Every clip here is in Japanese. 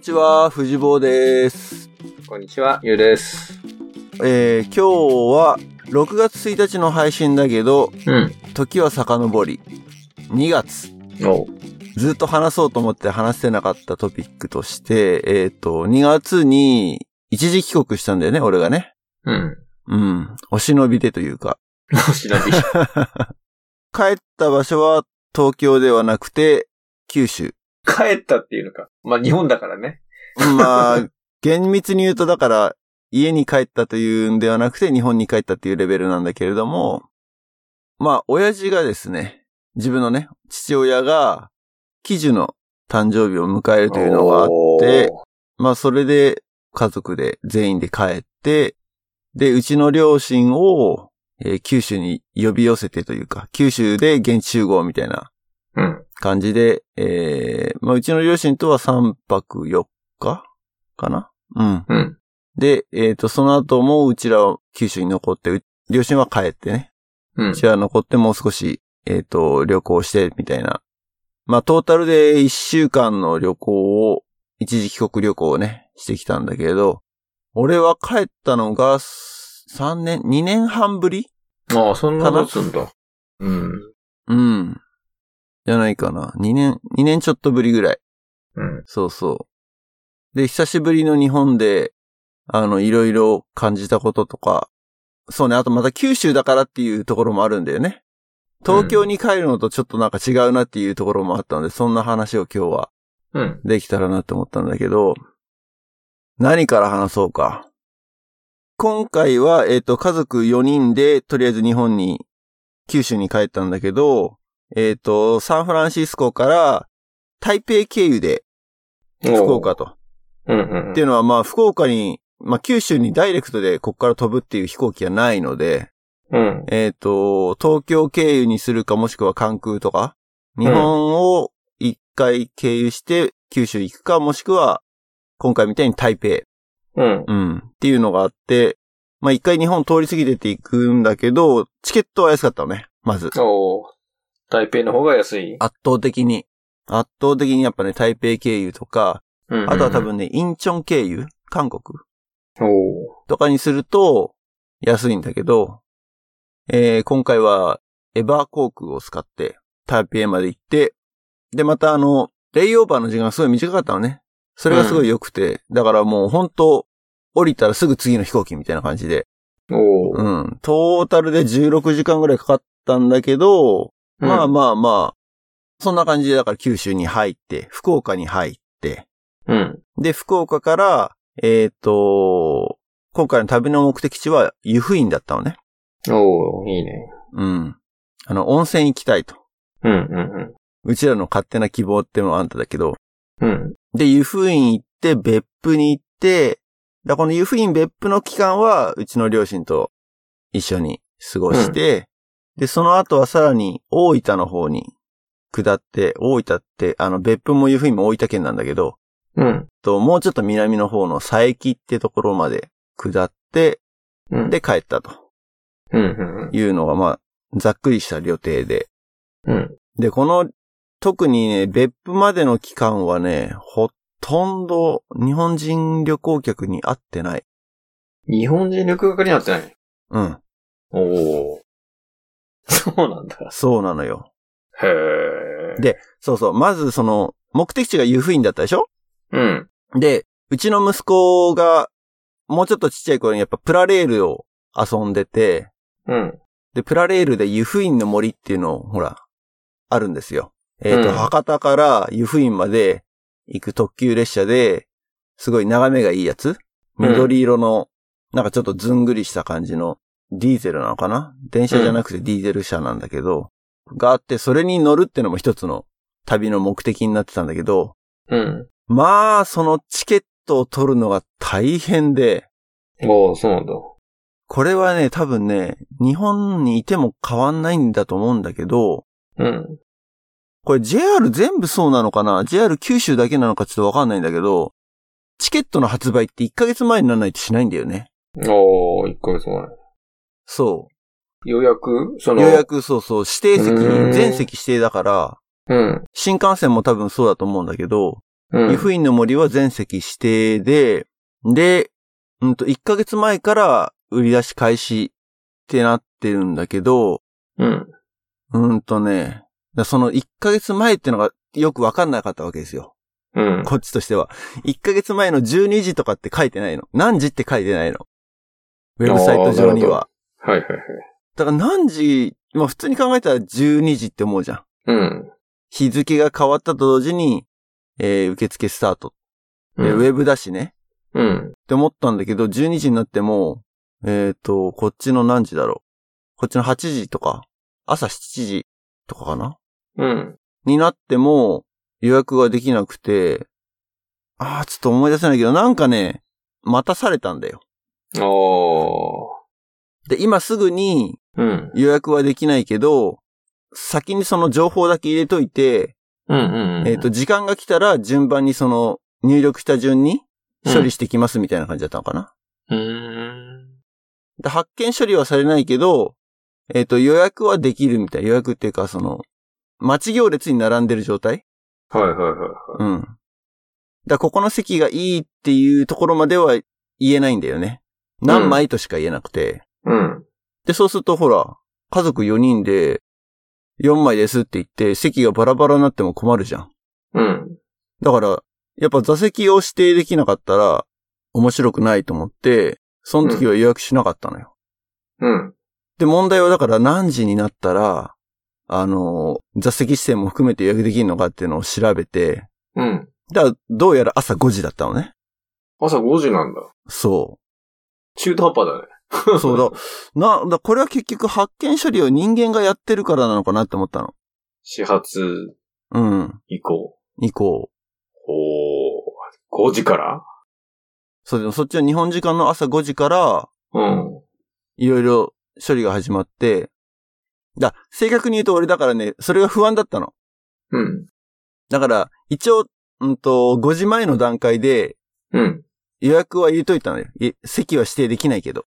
ちは、藤坊です。こんにちは、ゆうです。えー、今日は6月1日の配信だけど、うん。時は遡り、2月、おずっと話そうと思って話せなかったトピックとして、えっ、と、2月に一時帰国したんだよね、俺がね。うん。うん。お忍びでというか。お忍 び。帰った場所は東京ではなくて、九州。帰ったっていうのか。まあ、日本だからね。まあ、厳密に言うとだから、家に帰ったというんではなくて、日本に帰ったっていうレベルなんだけれども、まあ、親父がですね、自分のね、父親が、喜寿の誕生日を迎えるというのがあっおまあ、それで、家族で全員で帰って、で、うちの両親を、えー九州に呼び寄せてというか、九州で現地集合みたいなーうん。感じで、えーまあ、うちの両親とは3泊4日かなうん。うん。で、えっ、と、その後もうちらは九州に残って、う両親は帰ってね、うんう。ちらは残ってもう少し、えっ、と、旅行して、みたいな。まあ、トータルで1週間の旅行を、一時帰国旅行をね、してきたんだけれど、俺は帰ったのが3年、2年半ぶりああ、そんな経つんだ。うん。うん。じゃないかな。2年、2年ちょっとぶりぐらい。うん。そうそう。で、久しぶりの日本で、あの、いろいろ感じたこととか、そうね、あとまた九州だからっていうところもあるんだよね。東京に帰るのとちょっとなんか違うなっていうところもあったので、そんな話を今日はうん。できたらなって思ったんだけど、何から話そうか。今回は、えっ、と、家族4人で、とりあえず日本に、九州に帰ったんだけど、えっ、と、サンフランシスコから、台北経由で、福岡と。おー。うんうん。っていうのは、まあ、福岡に、まあ、九州にダイレクトでこっから飛ぶっていう飛行機はないので、うん。えっ、と、東京経由にするかもしくは関空とか、日本を一回経由して九州行くかもしくは、今回みたいに台北、うん。うん、っていうのがあって、まあ、一回日本通り過ぎてって行くんだけど、チケットは安かったのね、まず。おー。台北の方が安い。圧倒的に。圧倒的にやっぱね、台北経由とか、うんうんあとは多。分ね、インチョン経由韓国おとかにすると安いんだけど、えー今回はエバー航空を使って台北まで行って、で、またあの、レイオーバーの時間がすごい短かったのね。それがすごい良くて、だからもう本当降りたらすぐ次の飛行機みたいな感じで、ー。おうー。ん、トータルで16時間ぐらいかかったんだけど、まあまあまあ、そんな感じでだから九州に入って、福岡に入って、あ。うん。で、福岡から、えっ、と、今回の旅の目的地は湯布院だったのね。おー、いいね。うん。あの、温泉行きたいと。うんうんうちらの勝手な希望ってのはあんただけど。うん。うん。で、湯布院行って、別府に行って、だからこの湯布院別府の期間は、うちの両親と一緒に過ごして、で、その後はさらに大分の方に下って、大分って、あの、別府も湯布院も大分県なんだけど、うん。と、もうちょっと南の方の佐伯ってところまで下って、うん。で帰ったとうんうんいうのが、まあ、ざっくりした旅程で。うん。うん。で、この、特にね、別府までの期間はね、ほとんど日本人旅行客に会ってない。日本人旅行客になってない。うん。おお。そうなんだ。そうなのよ。へえ。でそうそう。まず、その、目的地が湯布院だったでしょうん。で、うちの息子が、もうちょっとちっちゃい頃にやっぱプラレールを遊んでて、うん。で、プラレールで湯布院の森っていうのを、ほら、あるんですよ。えっ、と、うん博多から湯布院まで行く特急列車で、すごい眺めがいいやつうん緑色の、なんかちょっとずんぐりした感じの、ディーゼルなのかな電車じゃなくてディーゼル車なんだけど、があって、それに乗るってのも一つの旅の目的になってたんだけど、うん。まあ、そのチケットを取るのが大変で、おお、そうなんだ。これはね、多分ね、日本にいても変わんないんだと思うんだけど、うん。これ JR 全部そうなのかな ?JR 九州だけなのかちょっとわかんないんだけど、チケットの発売って1ヶ月前にならないとしないんだよね。おお、一ヶ月前。そ。予約そうの。予。約、そうそう、指定席うー、ん全席指定だから、うん。新幹線も多分そうだと思うんだけど、うん。湯布院の森は全席指定で、で、うんと、1ヶ月前から売り出し開始ってなってるんだけど、うん。うんとね、だその1ヶ月前ってのがよくわかんなかったわけですよ。うん。こっちとしては。1ヶ月前の12時とかって書いてないの。何時って書いてないの。ウェブサイト上には。はいはいはい。だから何時、まあ普通に考えたら12時って思うじゃん。うん。日付が変わったと同時に、えー受付スタート。でウェブだしね。うん。って思ったんだけど、12時になっても、えっ、と、こっちの何時だろう。こっちの8時とか、朝7時とかかなうん。になっても予約ができなくて、あー、ちょっと思い出せないけど、なんかね、待たされたんだよ。ああ。で、今すぐにうん。予約はできないけど、先にその情報だけ入れといて、うんうんうん。えっ、と、時間が来たら順番にその入力した順に処理してきますみたいな感じだったのかな。うーん。で発見処理はされないけど、えっ、と、予約はできるみたい。予約っていうか、その、待ち行列に並んでる状態はいはいはいはい。うん。だここの席がいいっていうところまでは言えないんだよね。何枚としか言えなくて。うん。で、そうするとほら、家族4人で、4枚ですって言って、席がバラバラになっても困るじゃん。うん。だから、やっぱ座席を指定できなかったら、面白くないと思って、その時は予約しなかったのよ。うん。で、問題はだから何時になったら、あの、座席指定も含めて予約できるのかっていうのを調べて、うん。だからどうやら朝5時だったのね。朝5時なんだ。そ中途半端だね。う。そうだ。な、だこれは結局発見処理を人間がやってるからなのかなって思ったの。 始発うん。以降。以降。ほー。5時からそうで、そっちの日本時間の朝5時から、うん。いろいろ処理が始まって、だ、正確に言うと俺だからね、それが不安だったの。うん。だから、一応、うんと、5時前の段階で、うん。予約は入れといたのよ。い席は指定できないけど。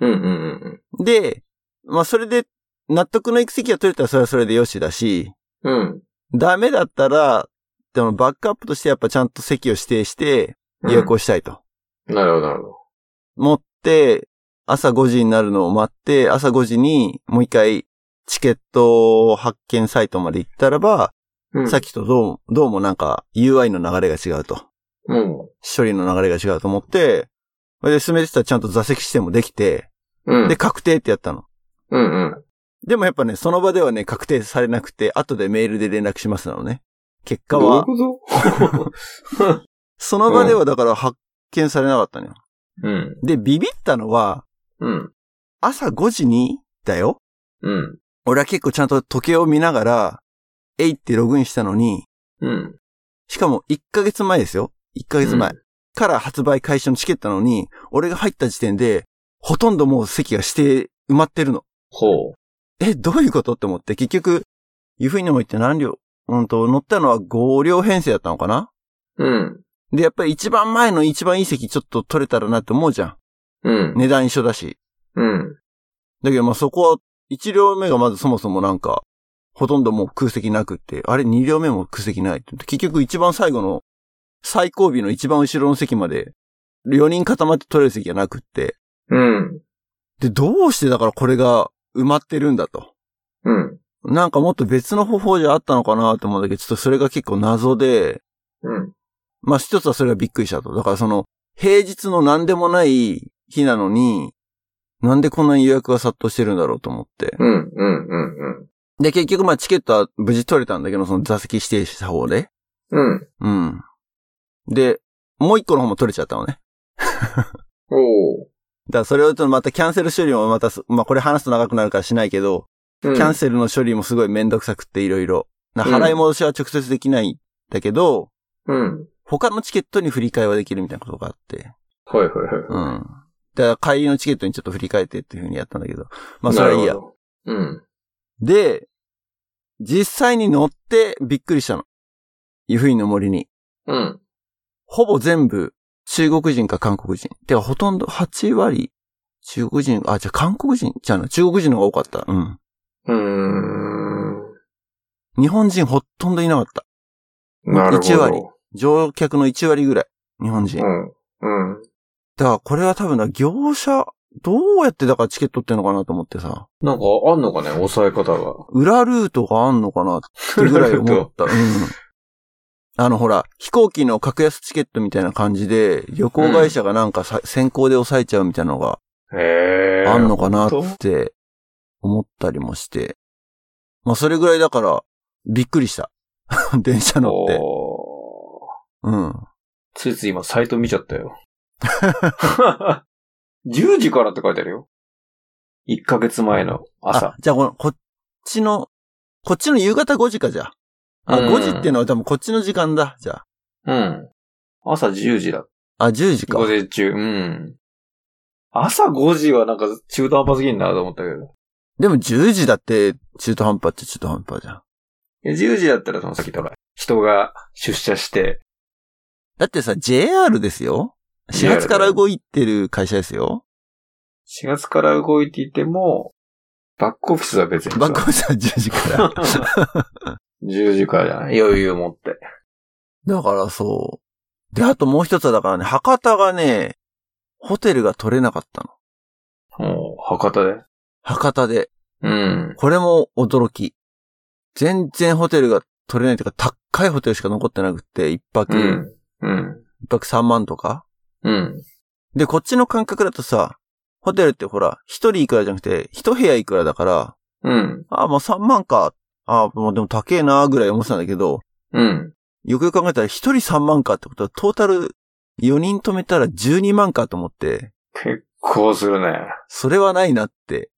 うんうんうんで、まあそれで、納得のいく席が取れたらそれはそれでよしだし、うん。うん。ダメだったら、でもバックアップとしてやっぱちゃんと席を指定して予約をしたいと。なるほど、なるほど。持って、朝5時になるのを待って、朝5時にもう一回チケット発見サイトまで行ったらば、うん。さっきとどうも、どうもなんか UI の流れが違うと。うん。処理の流れが違うと思って、それで、進めてたらちゃんと座席指定もできて、うん。で、確定ってやったの。うんうん。でもやっぱね、その場ではね、確定されなくて、後でメールで連絡しますなのね。結果どういうは、ことその場ではだから発見されなかったのよ。うん。で、ビビったのは、うん。朝5時に、だよ。うん。俺は結構ちゃんと時計を見ながら、えいってログインしたのに、うん。しかも1ヶ月前ですよ。1ヶ月前。うんから発売開始のチケットなのに、俺が入った時点で、ほとんどもう席が指定埋まってるの。ほえ、どういうことって思って、結局、湯布院の森って何両うんと、乗ったのは5両編成だったのかなう。うん。で、やっぱり一番前の一番いい席ちょっと取れたらなって思うじゃうん。。ん値段一緒だし。うん。だけどまあそこは、1両目がまずそもそもなんか、ほとんどもう空席なくって、あれ2両目も空席ないって言って。結局一番最後の、最後尾の一番後ろの席まで、4人固まって取れる席がなくって。うん。で、どうしてだからこれが埋まってるんだと。うん。なんかもっと別の方法じゃあったのかなと思うんだけど、ちょっとそれが結構謎で、うん。まあ一つはそれがびっくりしたと。だからその、平日の何でもない日なのに、なんでこんなに予約が殺到してるんだろうと思って。うん。うん。うん。で、結局まあチケットは無事取れたんだけど、その座席指定した方で。うん。うん。で、もう一個の方も取れちゃったのね。ほう。だからそれをちょっとまたキャンセル処理もまたす、まあこれ話すと長くなるからしないけど、キキャンセルの処理もすごいめんどくさくっていろいろ。な払い戻しは直接できないんだけど、うん。他のチケットに振り替えはできるみたいなことがあって。はいはいはい。うん。だから帰りのチケットにちょっと振り替えてっていう風にやったんだけど。まあそれはいいやなる。ほど。うん。で、実際に乗ってびっくりしたの。湯布院の森に。うん。ほぼ全部中国人か韓国人。てかほとんど8割中国人、あ、じゃあ韓国人じゃあな、中国人の方が多かった。うん。うーん。日本人ほとんどいなかった。なるほど。 1割。乗客の1割ぐらい。日本人。うん。うん。だからこれは多分な、業者、どうやってだからチケットってんのかなと思ってさ、なんかあんのかね抑え方が。裏ルートがあんのかなってぐらい思った。うん。あのほら、飛行機の格安チケットみたいな感じで、旅行会社がなんかさ、先行で抑えちゃうみたいなのがへえ。あんのかなっほんとて思ったりもして。まあそれぐらいだから、びっくりした。 電車乗って。おーうん。ついつい今サイト見ちゃったよ。10時からって書いてあるよ。1ヶ月前のあ朝。、じゃあこの、こっちの、こっちの夕方5時かじゃあ。あ、うん5時っていうのは多分こっちの時間だ、じゃあ。うん。朝10時だ。あ、10時か午。前中。うん。朝5時はなんか中途半端すぎんなと思ったけど。でも10時だって中途半端っちゃ中途半端じゃん。え10時だったらその先とか、人が出社して、だってさ、JR ですよ ?4 JR 月から動いてる会社ですよ4月から動いていても、バックオフィスは別にさ。バックオフィスは10時から。 10時からじゃない余裕を持って。だからそう。で、あともう一つはだからね、博多がね、ホテルが取れなかったの。もう、博多で。博多で。うん。これも驚き。全然ホテルが取れないというか、高いホテルしか残ってなくって、一泊、う一、ん。うん。泊3万とか。うん。で、こっちの感覚だとさ、ホテルってほら、一人いくらじゃなくて、一部屋いくらだから、うん。ああ、まあ3万か。ああ、まあでも高えな、ぐらい思ってたんだけど、うん。よくよく考えたら一人3万かってことは、トータル4人止めたら12万かと思って、結構するね。それはないなって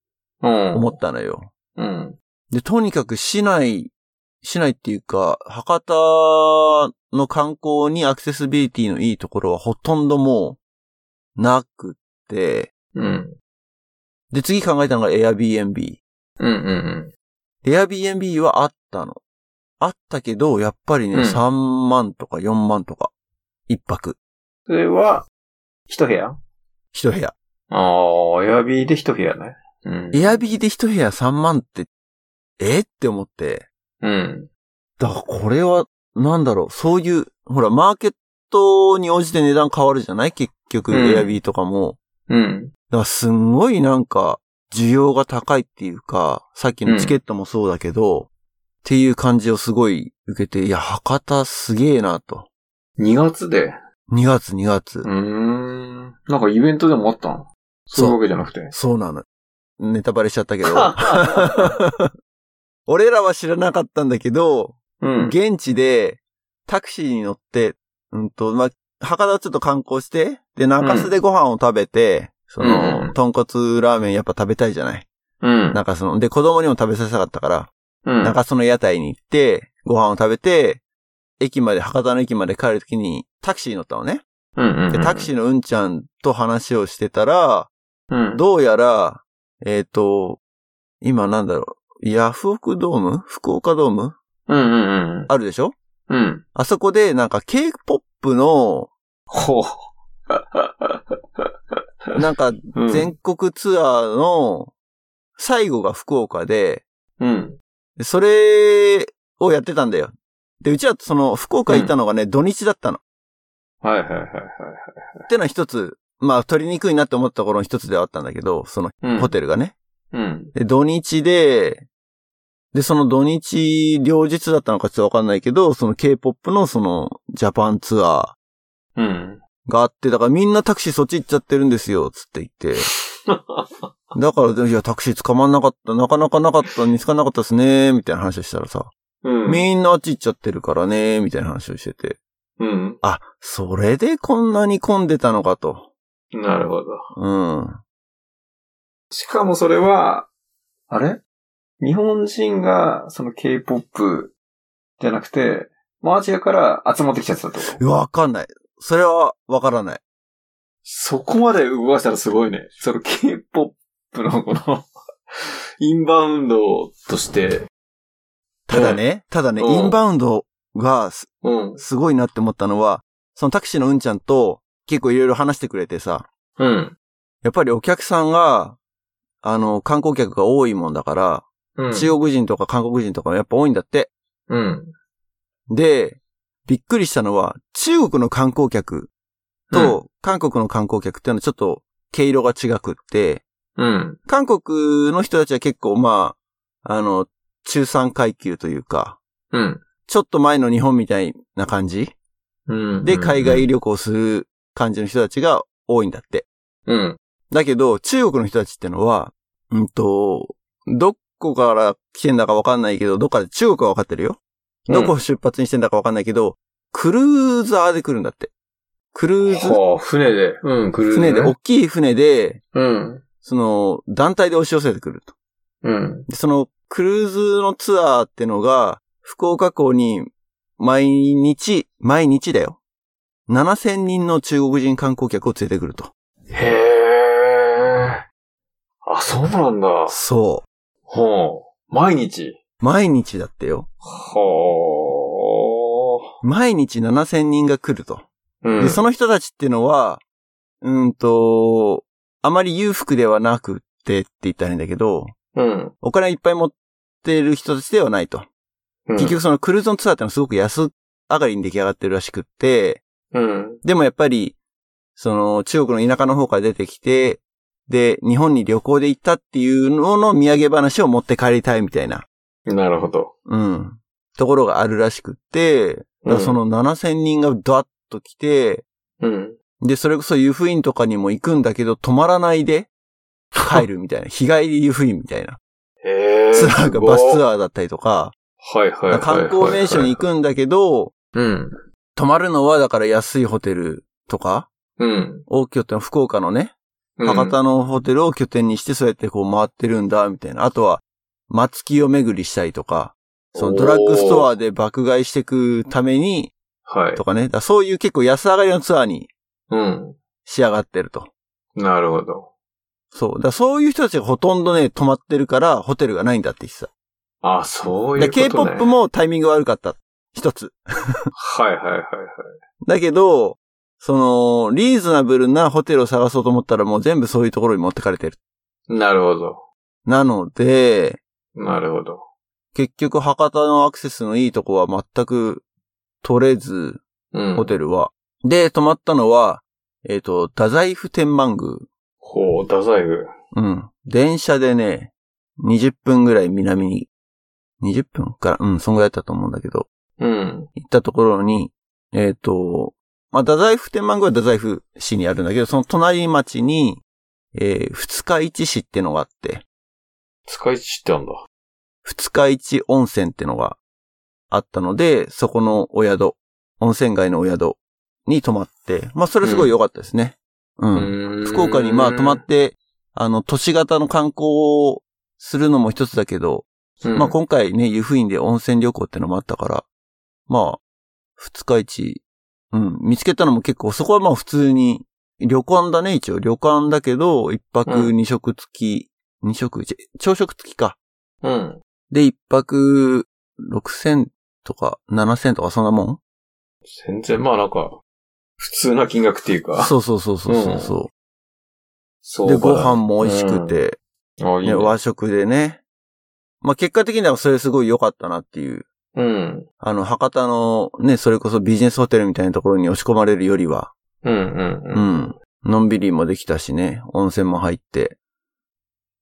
うん。思ったのよ。うん。で、とにかく市内、市内っていうか、博多の観光にアクセシビリティのいいところはほとんどもう、なくって、うん。で、次考えたのが Airbnb。うん。うん。 Airbnb はあったの。あったけど、やっぱりね、うん3万とか4万とか、一泊、それは、一部屋一部屋。ああ、エアビーで一部屋ね。うん。 Airb で一部屋3万って、えって思って、うん。だからこれは、なんだろう、そういう、ほら、マーケットに応じて値段変わるじゃない結局、うん Airb とかも。うん。だからすんごいなんか、需要が高いっていうか、さっきのチケットもそうだけど、っていう感じをすごい受けて、いや、博多すげえなと。 2月で。 2月、2月。うーん。なんかイベントでもあったのそういうわけじゃなくて。そうなの。ネタバレしちゃったけど。 俺らは知らなかったんだけど、うん。現地でタクシーに乗って、うんと、まあ、博多ちょっと観光して、で、中洲でご飯を食べて、その、うん豚骨ラーメンやっぱ食べたいじゃないうん。中洲の。で、子供にも食べさせたかったから、うん。中洲の屋台に行って、ご飯を食べて、駅まで、博多の駅まで帰るときにタクシーに乗ったのね。うん。うん。で、タクシーのうんちゃんと話をしてたら、うん。どうやら、えっ、と、今なんだろう、ヤフオクドーム福岡ドームうんうんあるでしょうん。うん。あそこでなんか K-POP のほう。なんか うん全国ツアーの最後が福岡で、うん。でそれをやってたんだよ。で、うちはその福岡行ったのがね、土日だったの。はいはいはいはい。ってのは一つ、まあ取りにくいなって思ったところの一つではあったんだけど、そのうん。ホテルがね。うん。で、土日で、で、その土日両日だったのかちょっとわかんないけど、その K-POP のそのジャパンツアうん。ーがあって、だからみんなタクシーそっち行っちゃってるんですよ、つって言 って。だから、でいや、タクシー捕まんなかった、なかなかなかった、見つからなかったですね、みたいな話をしたらさ、うん。みんなあっち行っちゃってるからね、みたいな話をしてて、うん。あ、それでこんなに混んでたのかと。なるほど。うん。しかもそれは、あれ日本人が、その K-POP じゃなくて、まあアジアから集まってきちゃってたってことわかんない。それはわからない。そこまで動かしたらすごいね。その K-POP のこの、インバウンドとして、ただね、ただね、うんインバウンドがすうん。すごいなって思ったのは、そのタクシーのうんちゃんと結構いろいろ話してくれてさ、うん。やっぱりお客さんが、あの、観光客が多いもんだから、うん。中国人とか韓国人とかやっぱ多いんだって。うん。で、びっくりしたのは、中国の観光客と韓国の観光客っていうのはちょっと毛色が違くって、うん。韓国の人たちは結構まあ、あの、中産階級というか、うん。ちょっと前の日本みたいな感じうん。で海外旅行する感じの人たちが多いんだって。うん。だけど、中国の人たちってのは、うんと、どこから来てんだかわかんないけど、どっかで中国はわかってるよ。どこを出発にしてんだかわかんないけど、クルーザーで来るんだって。クルーズ、はあ、船で。うん、クルーズ、ね。船で、大きい船で、うん。その、団体で押し寄せてくると。うん。でその、クルーズのツアーってのが、福岡港に、毎日、毎日だよ。7000人の中国人観光客を連れてくると。へえ。あ、そうなんだ。そほう。毎日。う。毎日だってよ。ほ毎日7000人が来ると。う。うん。で、その人たちっていうのは、うんと、あまり裕福ではなくってって言ったらいいんだけど、うん。お金いっぱい持ってる人たちではないと。うん結局そのクルーズのツアーってのはすごく安上がりに出来上がってるらしくって、うん。でもやっぱり、その中国の田舎の方から出てきて、で、日本に旅行で行ったっていうのの土産話を持って帰りたいみたいな、なるほど。うん、ところがあるらしくって、だからその7000人がドワッと来て、うん。で、それこそ湯布院とかにも行くんだけど、泊まらない で帰るみたいな。日帰り湯布院みたいな。へえ。ツアーがバスツアー。アーだったりとか、はいはいはいはいはい観光名所に行くんだけど、うん。泊まるのはだから安いホテルとか、うん。大拠点、福岡のね、うん博多のホテルを拠点にしてそうやってこう回ってるんだ、みたいな。あとは、松木を巡りしたりとか、そのドラッグストアで爆買いしていくために、はいと。かね、だからそういう結構安上がりのツアーにうん。仕上がってると。なるほど。そう。だからそういう人たちがほとんどね、泊まってるから、ホテルがないんだって言ってた。あ、そういでうことね。 K-POP。もタイミング悪かった。一つ。はいはいはいはい。だけど、その、リーズナブルなホテルを探そうと思ったらもう全部そういうところに持ってかれてる。なるほど。なので、なるほど。結局博多のアクセスのいいとこは全く取れず、うん。ホテルは。で、泊まったのは、えっ、と、太宰府天満宮。ほう、太宰府。うん。電車でね、20分ぐらい南に、20分から、うん、そんぐらいだったと思うんだけど、うん。行ったところに、えっ、と、まあ、太宰府天満宮は太宰府市にあるんだけど、その隣町に、えー二日市市ってのがあって、使い知ってあんだ。二日市温泉ってのがあったので、そこのお宿、温泉街のお宿に泊まって、まあ、それすごい良かったですね。うん。うーん福岡にまあ泊まっ、て、あの、都市型の観光をするのも一つだけど、うんまあ今回ね、湯布院で温泉旅行ってのもあったから、まあ、二日市、うん、見つけたのも結構、そこはまあ普通に、旅館だね、一応。旅館だけど、一泊う二食付き、二、食、ち朝食付きか。うん。で、一泊六千とか七千とかそんなも全然、まあなんか、普通な金額っていうんか。そうそうそうそうそうそ。そううで、かご飯も美味しくて、あ、いねいね。和食でね。まあ結果的にはそれすごい良かったなっていううん。あの、博多のね、それこそビジネスホテルみたいなところに押し込まれるよりは、うんうんううん。ん。のんびりもできたしね、温泉も入って。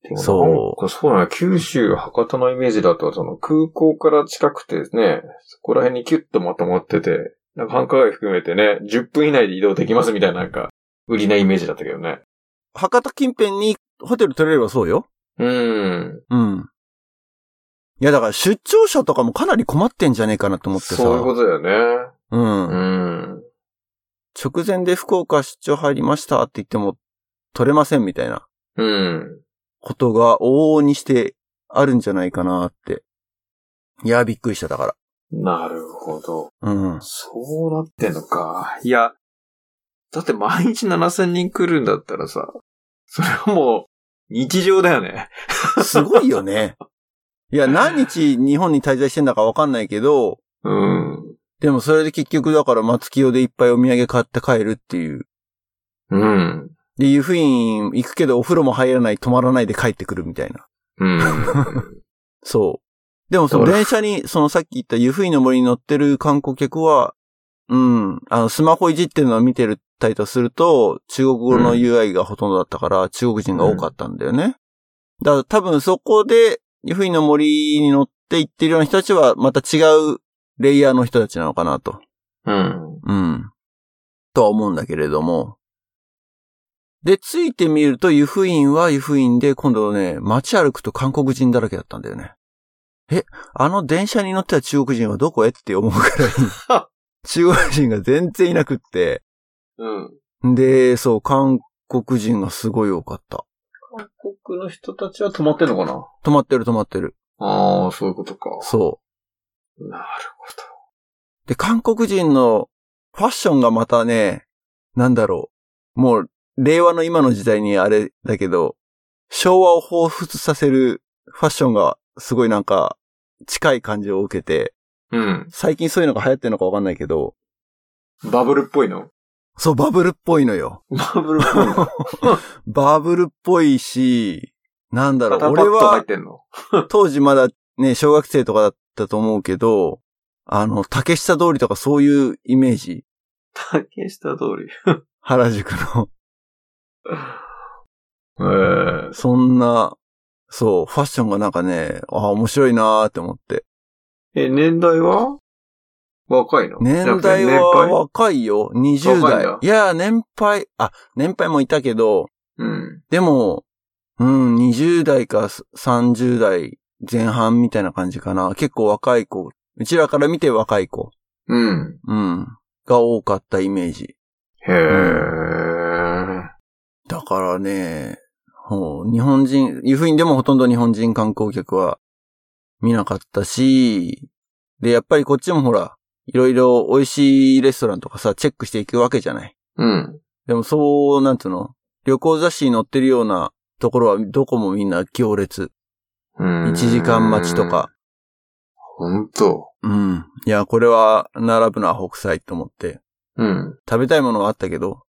でもなんかそうそうだね。九州、博多のイメージだと、その空港から近くてね、そこら辺にキュッとまとまってて、なんか繁華街含めてね、10分以内で移動できますみたいななんか、売りなイメージだったけどね。博多近辺にホテル取れればそうよ。うん。うん。いや、だから出張者とかもかなり困ってんじゃねえかなと思ってさ。そういうことだよね。うん。うん。直前で福岡出張入りましたって言っても、取れませんみたいなうん。ことが往々にしてあるんじゃないかなって。いや、びっくりした、だかなるほど。ら。うん。そうなってんのか。いや、だって毎日7000人来るんだったらさ、それはもう、日常だよね。すごいよね。いや、何日日本に滞在してんだかわかんないけど、うん。でもそれで結局だから松清でいっぱいお土産買って帰るっていう。うん。で、湯布院行くけどお風呂も入らない、泊まらないで帰ってくるみたいな。うん。そう。でもそのだから電車に、そのさっき言った湯布院の森に乗ってる観光客は、うん。あの、スマホいじってるのを見てるたりとすると、中国語のうん UI がほとんどだったから、中国人が多かったんだよね。だから多分そこで、ユフィの森に乗って行ってるような人たちは、また違うレイヤーの人たちなのかなと。うん。うん。とは思うんだけれども。で、ついてみると、湯布院は湯布院で、今度ね、街歩くと韓国人だらけだったんだよね。え、あの電車に乗ってた中国人はどこへって思うくらいに、中国人が全然いなくって。うん。で、そう、韓国人がすごい多かった。韓国の人たちは止まってんのかな止まってる止まってる。ああ、そういうことか。そなるう。で、韓国人のファッションがまたね、なんだろう。もう、令和の今の時代にあれだけど、昭和を彷彿させるファッションがすごいなんか近い感じを受けて、ほど。うん。最近そういうのが流行ってるのかわかんないけど、バブルっぽいのそうバブルっぽいのよ。バブルっ ぽいのバブルっぽいし、なんだろう、肩パッ俺ド入っはてんの当時まだね、小学生とかだったと思うけど、あの、竹下通りとかそういうイメージ。竹下通り。原宿の。えー、そんな、そう、ファッションがなんかね、あ面白いなーって思って。え、年代は若いの年代じゃなくては年配若いよ。20若いん代だ。いやー、年配、あ、年配もいたけど、うん。でも、うん、20代か30代前半みたいな感じかな。結構若い子。うちらから見て若い子。うん。うん。が多かったイメージ。へー。だからね、ほう日本人、湯布院でもほとんど日本人観光客は見なかったし、で、やっぱりこっちもほら、いろいろ美味しいレストランとかさ、チェックしていくわけじゃない。うん。でもそう、なんつうの、旅行雑誌に載ってるようなところはどこもみんな行列。 1 1時間待ちと。か。ほんと。うん。いや、これは並ぶのは北斎と思って。うん。食べたいものはあったけど。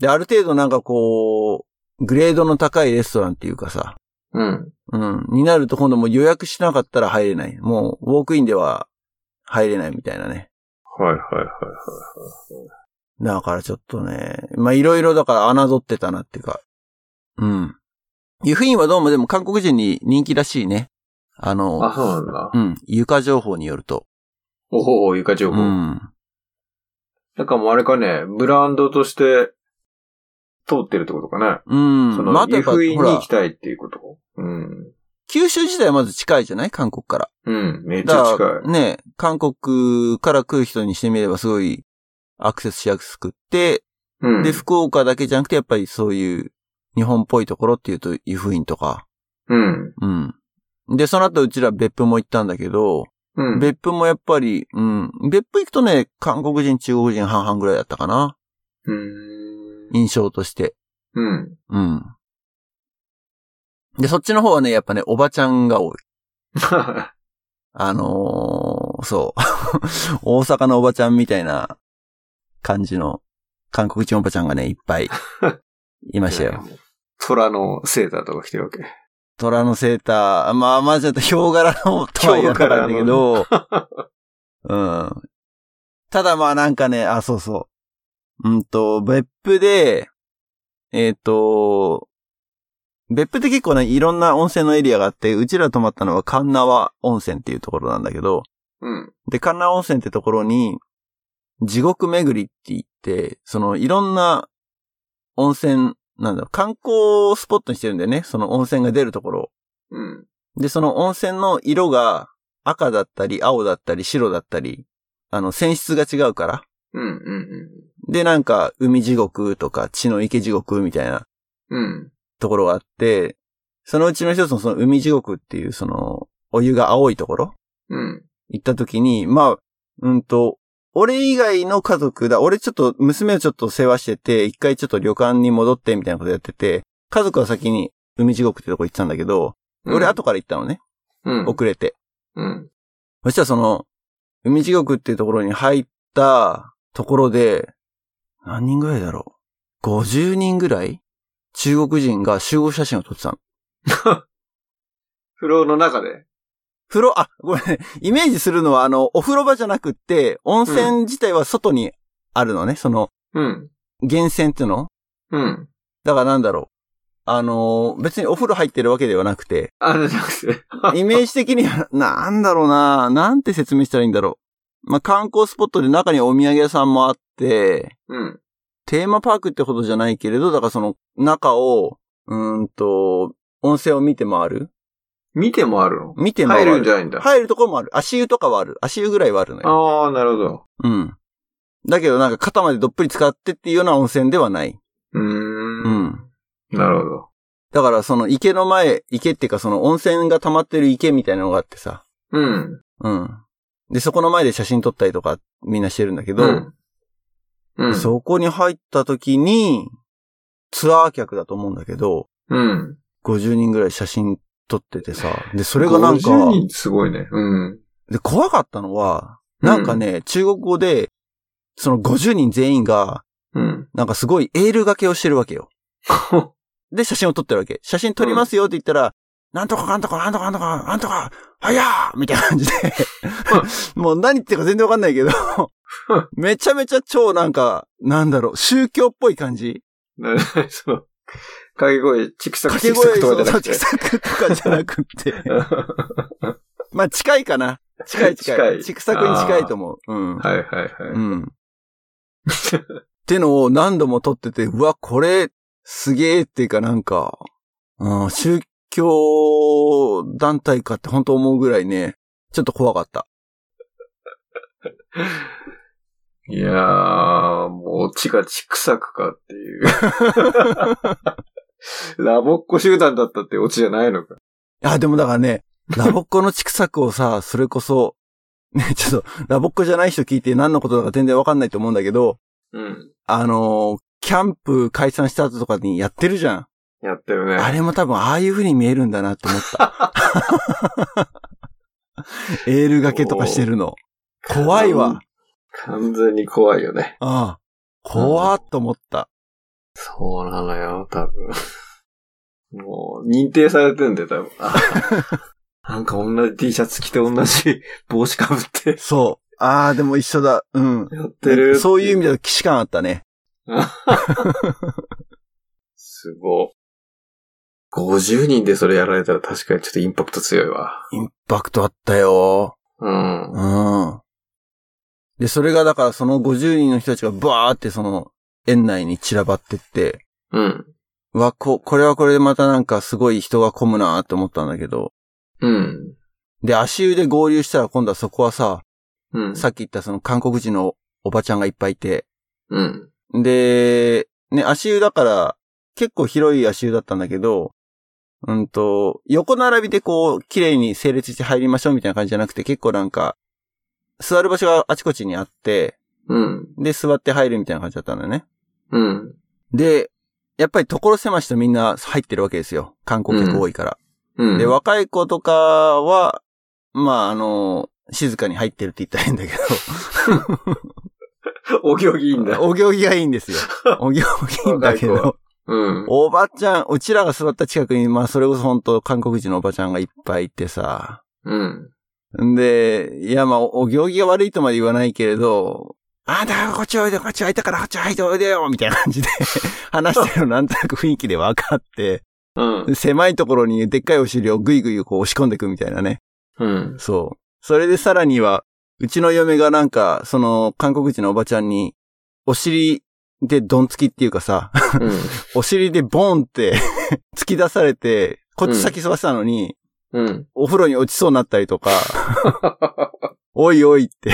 で、ある程度なんかこう、グレードの高いレストランっていうかさ、うん。うん。になると今度もう予約しなかったら入れない。もう、ウォークインでは入れないみたいなね。はいはいはい。だからちょっとね、まあ、いろいろだから侮ってたなっていうか。うん。湯布院はどうもでも韓国人に人気らしいね。あの、あ、そうなんだ。うん。床情報によると。おほほ、床情う報。ん。なんかもうあれかね、ブランドとして通ってるってことかね。うん。そまの、あ、まあとやっぱ、封印にほ行らき、たいっていうこと。うん。九州自体はまず近いじゃない韓国から。うん、めっちだゃか近いら。ね、韓国から来る人にしてみればすごいアクセスしやすくって、うん。で、福岡だけじゃなくて、やっぱりそういう日本っぽいところっていうと、湯布院とか。うん。うん。で、その後うちら別府も行ったんだけど、うん。別府もやっぱり、うん。別府行くとね、韓国人、中国人半々ぐらいだったかな。うん。印象として。うん。 うん。で、そっちの方はね、やっぱね、おばちゃんが多い。あのー、そう。 大阪のおばちゃんみたいな感じの韓国人おばちゃんがね、いっぱいいました よ。。虎のセーターとか着てるわけ。虎のセーター。まあまあちょっとヒョウ柄のとは言わなかったけど。うん。ただまあなんかね、あ、そうそう。うんと、別府で、えっ、と、別府って結構ね、いろんな温泉のエリアがあって、うちら泊まったのは神縄温泉っていうところなんだけど、うん。で、神奈温泉ってところに、地獄巡りって言って、その、いろんな温泉、なんだろう、観光スポットにしてるんだよね。その温泉が出るところうん。を。で、その温泉の色が赤だったり、青だったり、白だったり、あの、泉質が違うから。うん。うん。で、なんか、海地獄とか、地の池地獄みたいなうん。ところがあって、そのうちの一つのその海地獄っていう、その、お湯が青いところうん。行った時に、まあ、うんと、俺以外の家族だ、俺ちょっと、娘をちょっと世話してて、一回ちょっと旅館に戻ってみたいなことやってて、家族は先に海地獄ってとこ行ってたんだけど、俺後から行ったのね、うん。遅れて。うん。そしたらその、海地獄っていうところに入ったところで、何人ぐらいだろう ?50 人ぐらい中国人が集合写真を撮ってたの。フローの中で。風呂、あ、ごめんね。イメージするのは、あの、お風呂場じゃなくって、温泉自体は外にあるのね。その、うん。源泉っていうのうん。だからなんだろう。あのー別にお風呂入ってるわけではなくて、あれじゃなくて。イメージ的には、なんだろうななんて説明したらいいんだろう。まあ、観光スポットで中にお土産屋さんもあって、うん。テーマパークってほどじゃないけれど、だからその中を、うーんと、温泉を見て回る見てもあるの見て回入る。るんじゃないんだ。入るところもある。足湯とかはある。足湯ぐらいはあるのよ。ああ、なるほど。うん。だけどなんか肩までどっぷり使ってっていうような温泉ではない。うー。うんん。なるほど。だからその池の前、池っていうかその温泉が溜まってる池みたいなのがあってさ。うん。うん。で、そこの前で写真撮ったりとかみんなしてるんだけど、んうん。そこに入った時に、ツアー客だと思うんだけど、うん。 50人ぐらい写真撮っててさ。で、そこれがなんか、 50人すごいね。うん。で、怖かったのは、なんかね、中国語で、その50人全員が、うん。なんかすごいエール掛けをしてるわけよ。で、写真を撮ってるわけ。写真撮りますよって言ったら、なんとかかんとかなんとかなんとかなんとか、はやーみたいな感じで。もう何言ってるか全然わかんないけど、めちゃめちゃ超なんか、なんだろう、宗教っぽい感じな その、掛け声、チクサク掛チけク声サクとかそうじゃそなうくチてク。サクとかじゃなくって。まあ近いかな。近い近い。近いチクサクに近いと思う。うん。 はいはいはい。うん。ってのを何度も撮ってて、うわ、これ、すげえっていうかなんか、うん、宗教団体かって本当思うぐらいね、ちょっと怖かった。 いやー、もう、チがチクサクかって いう。ラボっ子集団だったってオチじゃないのか。あ、でもだからね、ラボっ子のチクサクをさ、 それこそ、ね、ちょっと、ラボっ子じゃない人聞いて何のことだか全然わかんないと思うんだけど、うん。あのーキャンプ解散した後とかにやってるじゃん。やってるあね。れも多分ああいう風に見えるんだなって思った。エールがけとかしてるの。怖いわ。完全に怖いよね。ああ。怖っと思った。そうなのよ、多分。もう、認定されてんで、多 分。あなんか同じ T シャツ着て同じ 帽子かぶってそう。ああ、でも一緒だ。うん。やってる。そういう意味では既視感あったね。すご。50人でそれやられたら確かにちょっとインパクト強いわ。インパクトあったよ。うん。うん。で、それがだからその50人の人たちがバーってその園内に散らばってって、うん。うわ、こ、これはこれでまたなんかすごい人が混むなーって思ったんだけど。うん。で、足湯で合流したら今度はそこはさ、うん。さっき言ったその韓国人のおばちゃんがいっぱいいて、うん。で、ね、足湯だから、結構広い足湯だったんだけど、うんと、横並びでこう、綺麗に整列して入りましょうみたいな感じじゃなくて、結構なんか、座る場所があちこちにあって、うん。で、座って入るみたいな感じだったんだよね。うん。で、やっぱり所狭しとみんな入ってるわけですよ。観光客多いから。うん。で、若い子とかは、まあ、あの、静かに入ってるって言ったらいいんだけお行儀いいんだど、。 お行儀がいいん ですよ。お行儀いいんだけ若い子どは、うん。おばちゃん、うちらが座った近くに、まあ、それこそ本当韓国人のおばちゃんがいっぱいいてさ。うん。んで、いや、まあ、おお行儀が悪いとまで言わないけれど、あんた、こっちおいで、こっちおいたから、こっちおいでおいでよみたいな感じで、 話してるのなんとなく雰囲気で分かって、うん。で狭いところにでっかいお尻をぐいぐいこう押し込んでいくみたいなね。うん。そう。それでさらには、うちの嫁がなんか、その、韓国人のおばちゃんに、お尻でどんつきっていうかさ、お尻でボンって 突き出されて、こっち先座ってたのに、 うん。 お風呂に落ちそうになったりとか、おいおいって、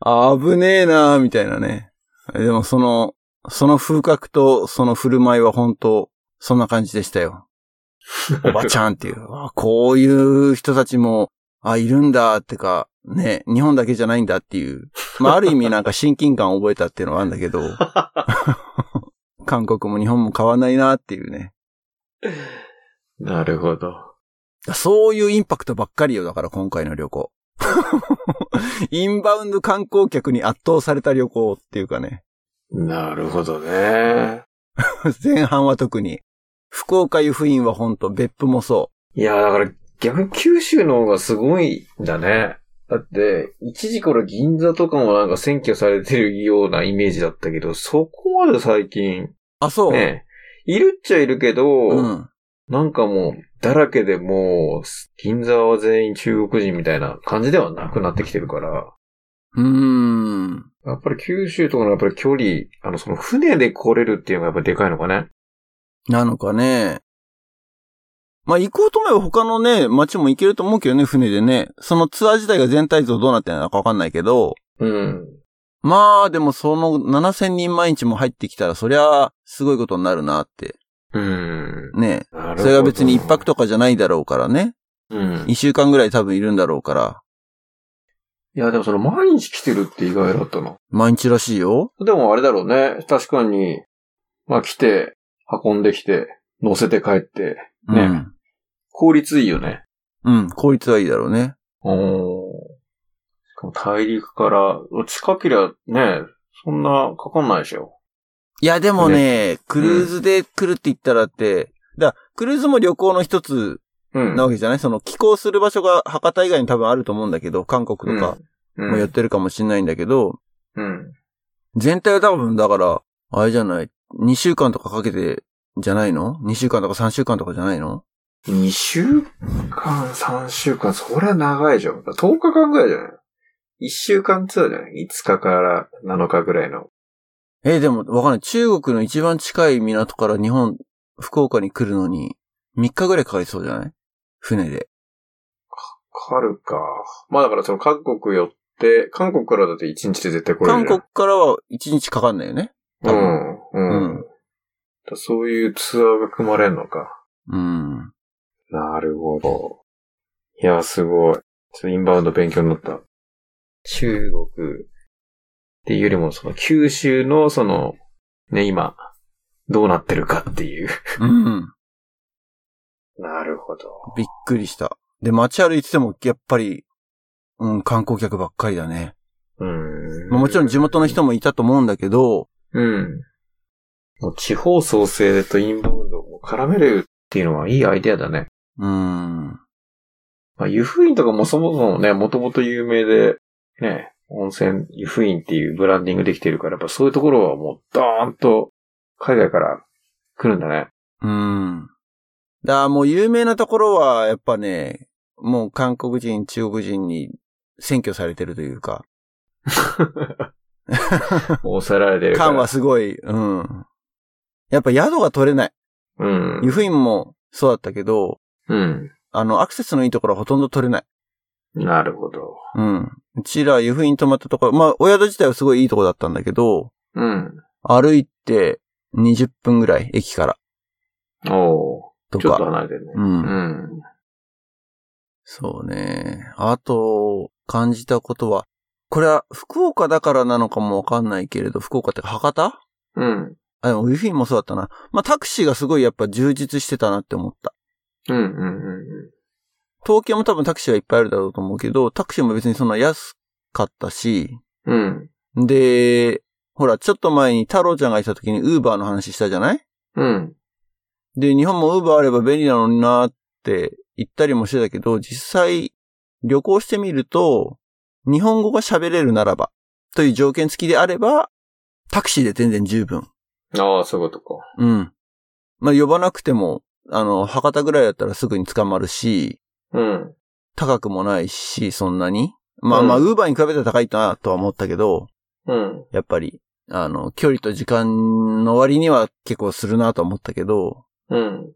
あ危ねえなーみたいなね。でもその、その風格とその振る舞いは本当そんな感じでしたよ。おばちゃんっていう。あこういう人たちも、あ、いるんだってか、ね、日本だけじゃないんだっていう。まあ、ある意味なんか親近感を覚えたっていうのはあるんだけど、韓国も日本も変わんないなっていうね。なるほど。そういうインパクトばっかりよ、だから今回の旅行。 インバウンド観光客に圧倒された旅行っていうかね。 なるほどね。前半は特に。福岡湯布院はほんと、別府もそいや、だから、逆に九州の方がすごいんだね。だって、一時から銀座とかもなんか占拠されてるようなイメージだったけど、そこまで最近、あ、そう。ね、いるっちゃいるけど、うん。なんかもう、だらけでもう、銀座は全員中国人みたいな感じではなくなってきてるから、うーん。やっぱり九州とかのやっぱり距離、あの、その船で来れるっていうのがやっぱりでかいのかね。なのかね。まあ、行こうと思えば他のね、街も行けると思うけどね、船でね。そのツアー自体が全体像どうなってるのかわかんないけど。うん。まあ、でもその7000人毎日も入ってきたら、そりゃ、すごいことになるなって。うん。ね。なるほどそれが別に一泊とかじゃないだろうからね。うん。一週間ぐらい多分いるんだろうから。いや、でもその毎日来てるって意外だったな。毎日らしいよ。でもあれだろうね。確かに、まあ来て、運んできて、乗せて帰って、うねん。効率いいよね。うん、効率はいいだろうね。おーしかも大陸から、近けりゃね、そんなかかんないでしょ。いや、でもね、クルーズで来るって言ったらって、だからクルーズも旅行の一つうん。なわけじゃないその寄港する場所が博多以外に多分あると思うんだけど、韓国とかうんもやってるかもしれないんだけど、うん。全体は多分だから、あれじゃない、2週間とかかけて、じゃないの ?2 週間とか3週間とかじゃないの2週間、3週間、そりゃ長いじゃん。10日間ぐらいじゃない ?1 週間ツアーじゃない ?5 日から7日ぐらいの。えーでもわかんない。中国の一番近い港から日本、福岡に来るのに、3日ぐらいかかりそうじゃない船で。かかるか。まあだからその韓国寄って、韓国からだって1日で絶対来れるじゃん。韓国からは1日かかんないよね。多分うん、ううん。だそういうツアーが組まれるのか。うん。なるほど。いや、すごい。ちょっとインバウンド勉強になった。中国っていうよりも、その九州のその、ね、今、どうなってるかっていう。うん。 なるほど。びっくりした。で、街歩いてても、やっぱり、うん、観光客ばっかりだね。うん。まあもちろん地元の人もいたと思うんだけど、うん。もう地方創生とインバウンドを絡めるっていうのはいいアイデアだね。うん。まあ、湯布院とかもそもそもね、もともと有名で、ね、温泉、湯布院っていうブランディングできてるから、やっぱそういうところはもうドーンと海外から来るん だね。うん。だからもう有名なところは、やっぱね、もう韓国人、中国人に占拠されてるというか、抑えられてるから。感はすごい、うん。やっぱ宿が取れない。うん。湯布院もそうだったけど、うん。あの、アクセスのいいところはほとんど取れない。なるほど。うん。うちら湯布院泊まったところ、まあ、お宿自体はすごいいいとこだったんだけど、うん。歩いて20分ぐらい、駅から。おとーちょっとか。離れてるね。う。うんん。そうね。あと、感じたことは、これは福岡だからなのかもわかんないけれど、福岡ってか博多うん。あ、でもウィフィンもそうだったな。まあ、タクシーがすごいやっぱ充実してたなって思った。うん。うん。東京も多分タクシーはいっぱいあるだろうと思うけど、タクシーも別にそんな安かったし、うん。うん。で、ほら、ちょっと前に太郎ちゃんがいた時にウーバーの話したじゃないうん。で、日本も Uber あれば便利なのになーって言ったりもしてたけど、実際旅行してみると、日本語が喋れるならば、という条件付きであれば、タクシーで全然十分。ああ、そういうことか。うん。まあ、呼ばなくても、あの、博多ぐらいだったらすぐに捕まるし、うん。高くもないし、そんなに。まあうんまあ、Uber に比べたら高いなとは思ったけど、うん。やっぱり、あの、距離と時間の割には結構するなと思ったけど、うん。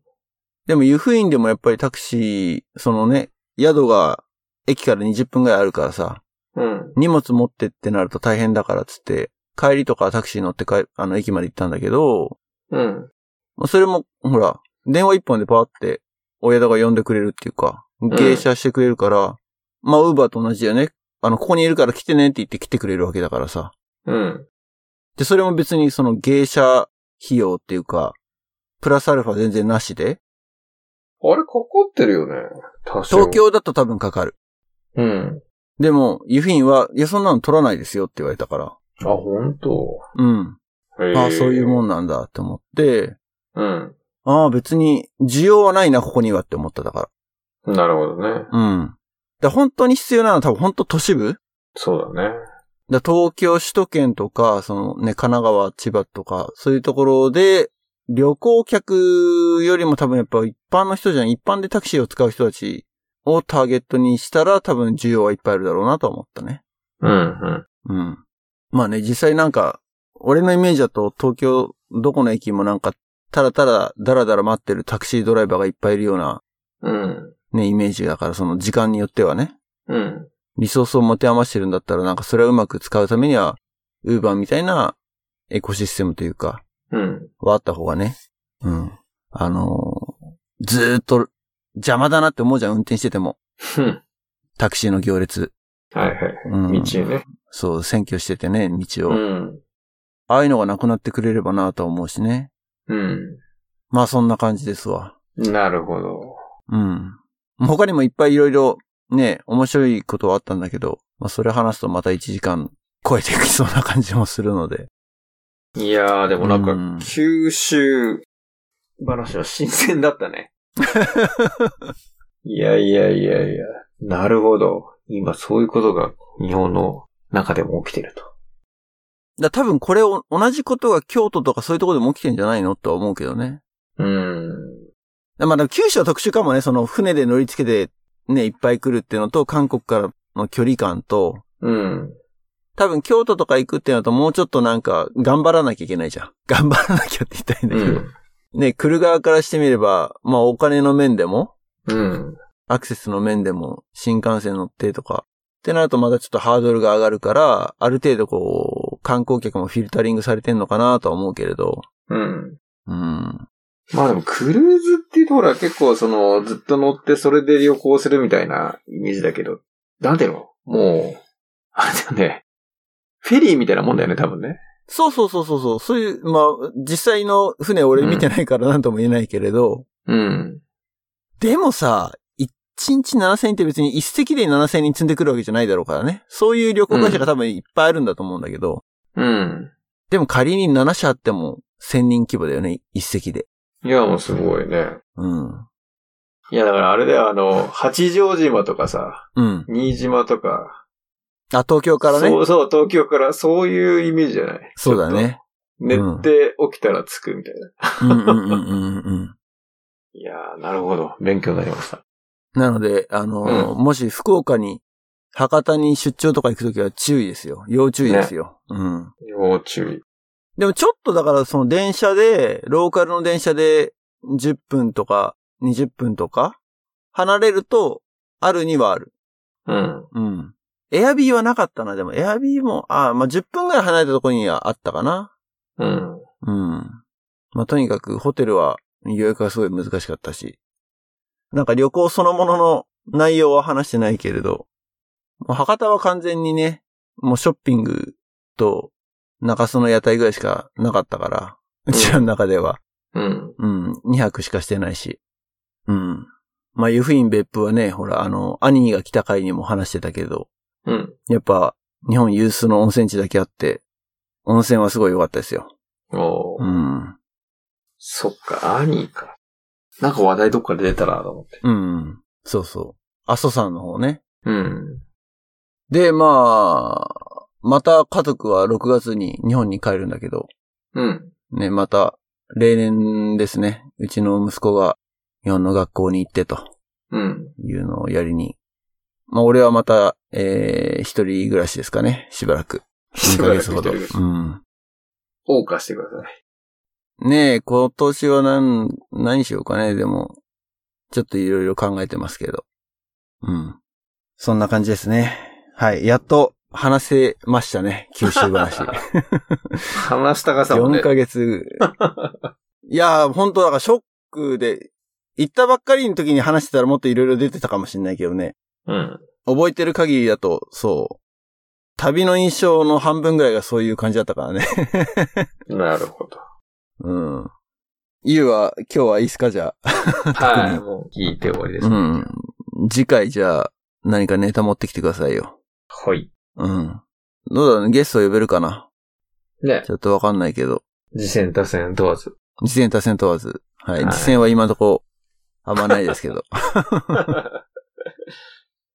でも湯布院でもやっぱりタクシー、そのね、宿が駅から20分ぐらいあるからさ、うん。荷物持ってってなると大変だからっつって、帰りとかタクシー乗って帰あの、駅まで行ったんだけど、うん。まあそれも、ほら、電話一本でパーって、お宿が呼んでくれるっていうか、芸者してくれるから、まあ、ウーバーと同じだよね。あの、ここにいるから来てねって言って来てくれるわけだからさ。うん。で、それも別にその芸者費用っていうか、プラスアルファ全然なしで、あれ、かかってるよね。多少東。京だと多分かかる。うん。でも、ユフィンは、いや、そんなの取らないですよって言われたから。あ、本当。うん。ああ、そういうもん。んなんだって思って、うん。ああ、別に、需要はないな、ここにはって思っただかなるほどね。うん。だ本当に必要なのは多分本当都市部そうだね。だ東京、首都圏とか、そのね、神奈川、千葉とか、そういうところで、旅行客よりも多分やっぱ一般の人じゃん、一般でタクシーを使う人たちをターゲットにしたら多分需要はいっぱいあるだろうなとは思ったね。うん、うん。うん。まあね、実際なんか、俺のイメージだと東京、どこの駅もなんか、たらたら、だらだら待ってるタクシードライバーがいっぱいいるような、うん。ね、イメージだから、その時間によってはね。うん。リソースを持て余してるんだったら、なんかそれをうまく使うためには、ウーバーみたいなエコシステムというか、うん。はあった方がね。うん。あのーずーっと邪魔だなって思うじゃん、運転してても。ふん タクシーの行列。はいはい。うん。道ね。そう、占拠しててね、道を。うん。ああいうのがなくなってくれればなとは思うしね。うん。まあそんな感じですわ。なるほど。うん。他にもいっぱいいろいろね、面白いことはあったんだけど、まあそれ話すとまた1時間超えていきそうな感じもするので。いやー、でもなんかうん、九州話は新鮮だったね。 いやいやいやいや。なるほど。今そういうことが日本の中でも起きてると。だ多分これを、同じことが京都とかそういうところでも起きてんじゃないのとは思うけどね。うん。だまあ、でも九州は特殊かもね、その船で乗り付けてね、いっぱい来るっていうのと、韓国からの距離感と、うん。多分京都とか行くっていうのともうちょっとなんか頑張らなきゃいけないじゃん。 頑張らなきゃって言ったいんだうけど。ん。ね、来る側からしてみれば、まあお金の面でも、うん。アクセスの面でも、新幹線乗ってとか、ってなるとまたちょっとハードルが上がるから、ある程度こう、観光客もフィルタリングされてんのかなとは思うけれど、うん。うん。 まあでもクルーズっていうところは結構そのずっと乗ってそれで旅行するみたいなイメージだけど、なんていうのもう、あれだよね。フェリーみたいなもんだよね、多分ね。そうそうそうそうそう。そういう、まあ、実際の船俺見てないからなんとも言えないけれど、うん。でもさ、1日7000人って別に一隻で7000人積んでくるわけじゃないだろうからね。そういう旅行会社が多分いっぱいあるんだと思うんだけど、うん。でも仮に7社あっても1000人規模だよね、一隻で。いや、もうすごいね。うん。いや、だからあれだよ、あの、八丈島とかさ、うん。新島とか。あ、東京からそね。うそう、東京から、そういうイメージじゃないそうだ。ね。ちょっと寝て起きたら着くみたいうな。んうんうんうんうん。 いやー、なるほど。勉強になりました。なので、あのーもし福岡に、博多に出張とか行くときは注意ですよ。要注意ですよ。うん。要注意。でもちょっとだからその電車で、ローカルの電車で10分とか20分とか離れるとあるにはある。うん。うん。エアビーはなかったな。でもエアビーも、ああ、まあ、10分ぐらい離れたところにはあったかな。うん。うん。まあ、とにかくホテルは予約がすごい難しかったし。なんか旅行そのものの内容は話してないけれど、もう博多は完全にね、もうショッピングと中洲の屋台ぐらいしかなかったから、うちらの中では。うん。うん、2泊しかしてないし。うん。まあ、湯布院別府はね、ほら、あの、兄が来た回にも話してたけど、うん。やっぱ、日本有数の温泉地だけあって、温泉はすごい良かったですよ。おーうん。そっか、兄か。なんか話題どっかで出たらと思って。うん。そうそう。阿蘇山の方ね。うん。で、まあ、また家族は6月に日本に帰るんだけど、うん。ね、また、例年ですね。うちの息子が日本の学校に行ってとうん。いうのをやりに。まあ、俺はまた、えー、一人暮らしですかね。しばらく。しばらく一人う暮らん。し謳歌してください。ねえ、今年は何、何しようかね。でも、ちょっといろいろ考えてますけど。うん。そんな感じですね。はい。やっと話せましたね。九州話。話したがさもね4。ヶ月。いやー、本当だからショックで、行ったばっかりの時に話してたらもっといろいろ出てたかもしれないけどね。うん。覚えてる限りだと、そう。旅の印象の半分ぐらいがそういう感じだったからね。 なる ほど。うん。ゆうは、今日はいいっすかじゃあ。はい。もう聞いて終わりです。うん。次回じゃあ、何かネタ持ってきてくださいよ。はい。うん。どうだろうね、ゲスト呼べるかなね。ちょっとわかんないけど。 次戦打線問わず。次戦多戦問わず。はい。はい次戦は今のとこ、あんまないですけど。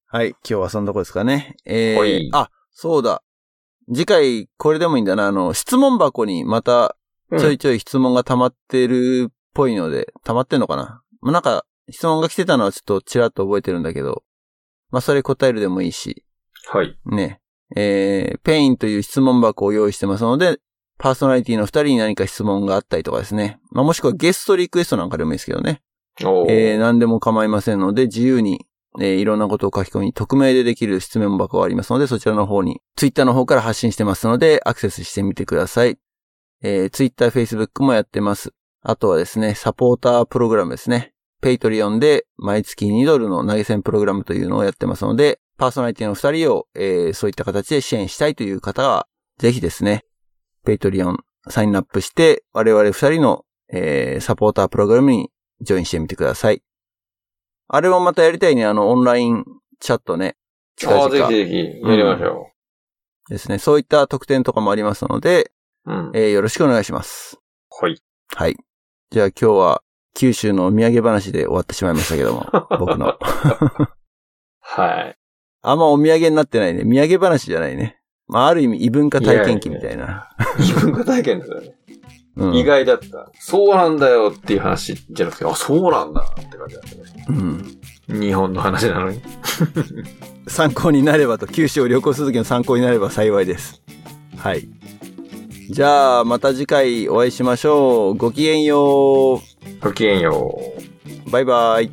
はい、今日はそのとこですかね。えはーい、あ、そうだ。次回、これでもいいんだな。あの、質問箱にまたうんちょいちょい質問が溜まってるっぽいので、溜まってんのかなまあ、なんか、質問が来てたのはちょっとちらっと覚えてるんだけど、まあ、それ答えるでもいいし、はい。ね。えー、ペインという質問箱を用意してますので、パーソナリティの二人に何か質問があったりとかですね。まあ、もしくはゲストリクエストなんかでもいいですけどね。おーえー、何でも構いませんので、自由に、えー、いろんなことを書き込み、匿名でできる質問箱がありますので、そちらの方に、ツイッターの方から発信してますので、アクセスしてみてください。えー、ツイッター、フェイスブックもやってます。あとはですね、サポータープログラムですね。ペイトリオンで毎月2ドルの投げ銭プログラムというのをやってますので、パーソナリティの2人を、えー、そういった形で支援したいという方は、ぜひですね、ペイトリオンサインアップして、我々2人の、えー、サポータープログラムにジョインしてみてください。あれもまたやりたいね、あの、オンラインチャットね。近ああ、々ぜひぜひ、やりましょですね。そういった特典とかもありますので、う。うん。えーよろしくお願いします。はい。はい。じゃあ今日は九州のお土産話で終わってしまいましたけど も、僕の。はい。あんまお土産になってないね。土産話じゃないね。まあ、ある意味異文化体験記みたいな。自分が体験ですよね。うん意外だった。そうなんだよっていう話じゃなくて、あ、そうなんだって感じだったね。うん。日本の話なのに。参考になればと、九州を旅行するときの参考になれば幸いです。はい。じゃあ、また次回お会いしましょう。ごきげんよごきげんよう。バイバイ。う。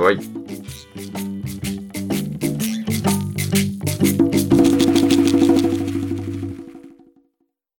バイバイ。